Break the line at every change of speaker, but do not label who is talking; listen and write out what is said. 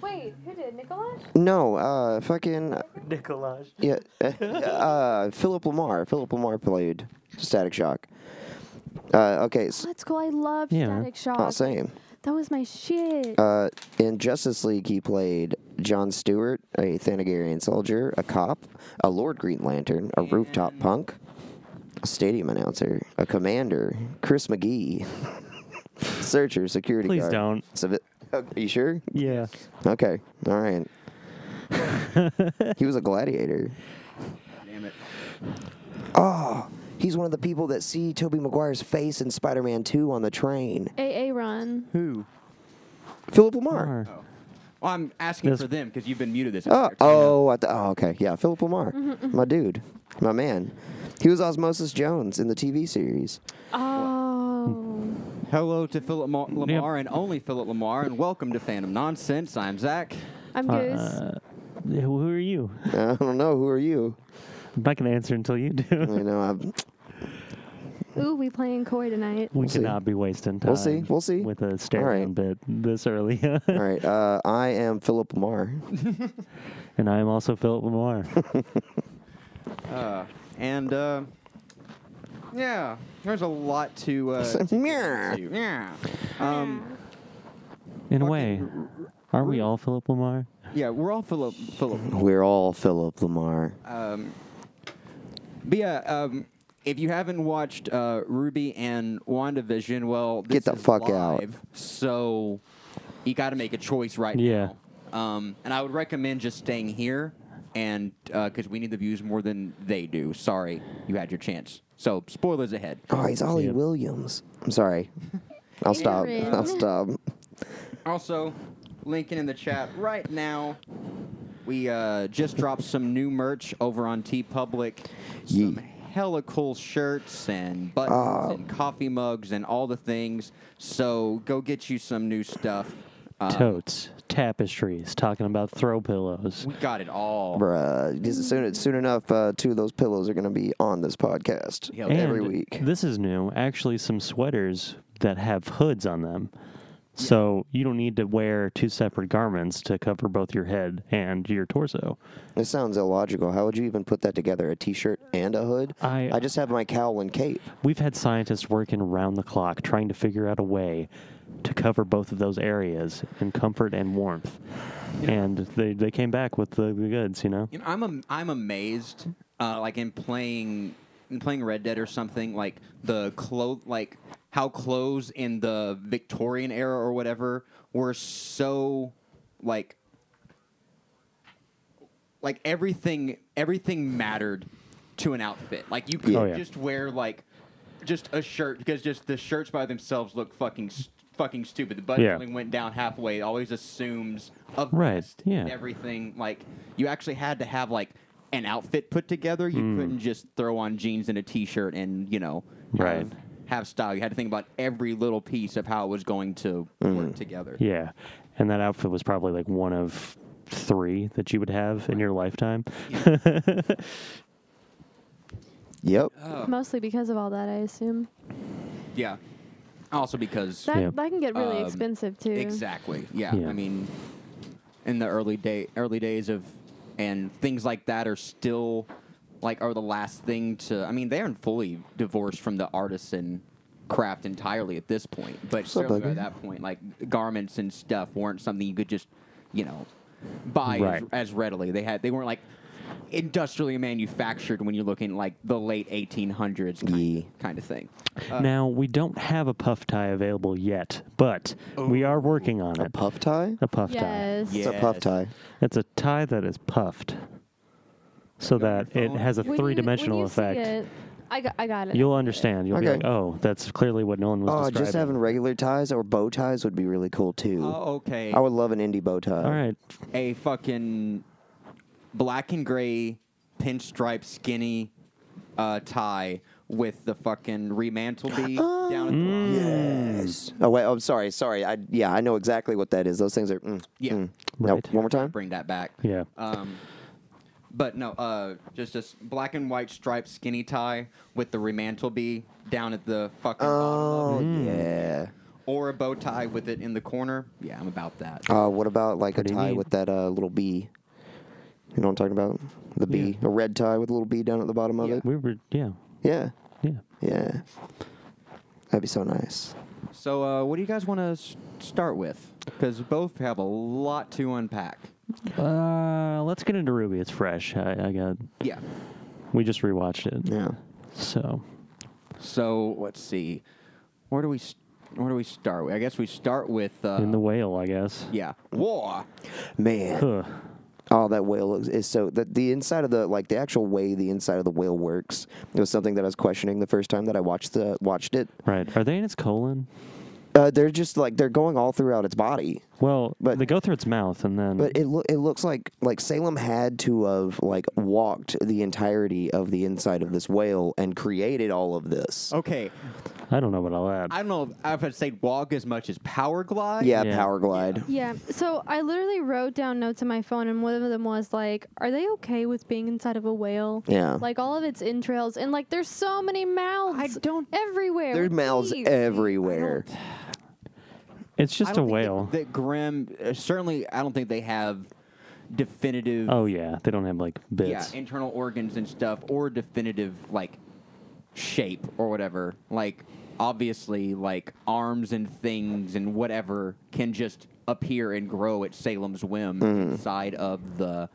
Wait, who did Nicholas?
No, uh, fucking
Nicolaj.
yeah, uh, uh, Philip Lamar. Philip Lamar played Static Shock. Uh, okay, s-
Let's go. I love
Yeah.
Static Shock.
not same.
That was my shit.
Uh, in Justice League, he played John Stewart, a Thanagarian soldier, a cop, a Lord Green Lantern, a rooftop punk, a stadium announcer, a commander, Chris McGee, searcher, security
Please
guard.
don't.
Civi- oh, are you sure?
Yeah.
Okay. All right. he was a gladiator.
Damn it.
Oh, he's one of the people that see Toby Maguire's face in Spider-Man 2 on the train.
AA Run.
Who?
Philip Lamar.
Are.
Oh. Well, I'm asking
This-
for them because you've been muted this
Oh,
entire time.
oh, I th- oh, okay. Yeah, Philip Lamar. My dude. My man. He was Osmosis Jones in the TV series.
Oh.
Hello to Philip Mo- Lamar and only Philip Lamar, and welcome to Phantom Nonsense. I'm Zach.
I'm Goose.
Uh, who are you?
I don't know. Who are you?
I'm not gonna answer until you do.
You know, I'm,
Ooh, we playing Koi tonight.
We
see.
cannot be wasting time.
We'll see, we'll see.
With a stare
right.
down bit this early.
all right. Uh, I am Philip Lamar.
and I am also Philip Lamar.
Uh, and uh, yeah, there's a lot to. Uh, to-
Meow.
yeah. Um,
In a
Fucking
way,
r-
are we
rude.
all Philip Lamar?
yeah, we're all Philip. Philip.
We're all Philip Lamar.
Um, but yeah, um, if you haven't watched uh, Ruby and WandaVision, well, this
Get the
is
fuck out.
live, So you got to make a choice right
Yeah.
now. Um, and I would recommend just staying here, and because we need the views more than they do. Sorry, you had your chance. So spoilers ahead.
Oh, he's Ollie
Yep.
Williams. I'm sorry. I'll stop.
Aaron.
I'll stop.
Also, Lincoln in the chat right now. We uh, just dropped some new merch over on T Public. Some
Yee.
hella cool shirts and buttons and coffee mugs and all the things. So go get you some new stuff. Uh,
Totes, tapestries, talking about throw pillows.
we got it all.
Bruh. 'Cause Soon, soon enough, uh, two of those pillows are going to be on this podcast
Yep.
every
And
week.
This is new. Actually, some sweaters that have hoods on them. So you don't need to wear two separate garments to cover both your head and your torso.
This sounds illogical. How would you even put that together? A t-shirt and a hood?
I-
I just have my cowl and cape.
We've had scientists working round the clock trying to figure out a way to cover both of those areas in comfort and warmth. And they, they came back with the, the goods, you know?
You know, I'm am- I'm amazed. Uh, like in playing in playing Red Dead or something, like the clothes, like how clothes in the Victorian era or whatever were so like like everything everything mattered to an outfit. Like you could
Oh, yeah.
just wear like just a shirt because just the shirts by themselves look fucking s fucking stupid. The button
Yeah.
only went down halfway. It always assumes a
Right,
vest and
yeah.
everything like you actually had to have like an outfit put together you
Hmm.
couldn't just throw on jeans and a t-shirt and you know
Right.
have, have style you had to think about every little piece of how it was going to work together
Hmm. Yeah. And that outfit was probably like one of three that you would have in your lifetime.
Yep.
Uh,
Mostly because of all that, I assume.
yeah also because
That,
Yeah.
that can get really
Um,
expensive too.
Exactly. Yeah.
Yeah.
I mean, in the early day, early days of, and things like that are still, like, are the last thing to. I mean, they aren't fully divorced from the artisan craft entirely at this point, but
What's up,
certainly by
bugger?
that point, like garments and stuff weren't something you could just, you know, buy
Right.
as, as readily. They had. They weren't like. Industrially manufactured when you're looking like the late 1800s kind,
Ye.
kind of thing.
now, we don't have a puff tie available yet, but we
Oh.
are working on
A
it.
puff tie?
a puff tie.
Yes.
Yeah.
It's a puff
Yes.
tie.
It's a tie that is puffed so
Got
that
your
it
phone?
has a
When you-
three dimensional
when you see
effect.
it- I got, I got it.
You'll understand. You'll be
Okay.
like, oh, that's clearly what Nolan was
Oh,
describing.
just having regular ties or bow ties would be really cool too.
Oh, okay.
I would love an indie bow tie.
All right.
a fucking black and gray pinstripe skinny uh, tie with the fucking remantle bee down at the bottom.
Yes. Oh wait. I'm sorry. Sorry. I yeah. I know exactly what that is. Those things are. Mm,
Yeah.
mm. No,
Right.
One more time.
Bring that back.
Yeah.
Um, but no, uh, just this black and white striped skinny tie with the remantle bee down at the fucking bottom.
Mm.
Oh
of it.
yeah.
or a bow tie with it in the corner. Yeah, I'm about that.
Uh, what about like
Pretty
a tie
neat.
with that uh, little bee? You know what I'm talking about? The bee, a red tie with a little bee down at the bottom of
Yeah.
it.
We were, yeah,
Yeah,
yeah.
yeah. That'd be so nice.
So, uh, what do you guys want to s- start with? Because both have a lot to unpack.
Uh, let's get into Ruby. It's fresh. I, I got.
Yeah.
We just rewatched it.
Yeah.
So
So let's see. Where do we s where do we start? with? I guess we start with uh,
in the whale, I guess.
yeah war.
Man,
Ugh.
oh, that whale looks is so. The, the inside of the like the actual way the inside of the whale works. It was something that I was questioning the first time that I watched the watched it.
Right. Are they in its colon?
Uh, they're just like they're going all throughout its body.
Well,
But-
they go through its mouth and then.
But it loo- it looks like like Salem had to have like walked the entirety of the inside of this whale and created all of this.
Okay,
I don't know about all that.
I don't know if I'd say walk as much as power glide.
Yeah,
Yeah.
power glide.
Yeah. So I literally wrote down notes on my phone, and one of them was like, "Are they okay with being inside of a whale?
Yeah.
Like all of its entrails, and like there's so many mouths.
I don't-
everywhere.
Their
with
mouths
teeth.
everywhere.
it's
I
just a
don't think
whale.
That, that Grimm uh, certainly. I don't think they have definitive.
oh yeah, they don't have like
yeah,
bits.
internal organs and stuff, or definitive like shape or whatever. Like obviously, like arms and things and whatever can just appear and grow at Salem's whim inside of the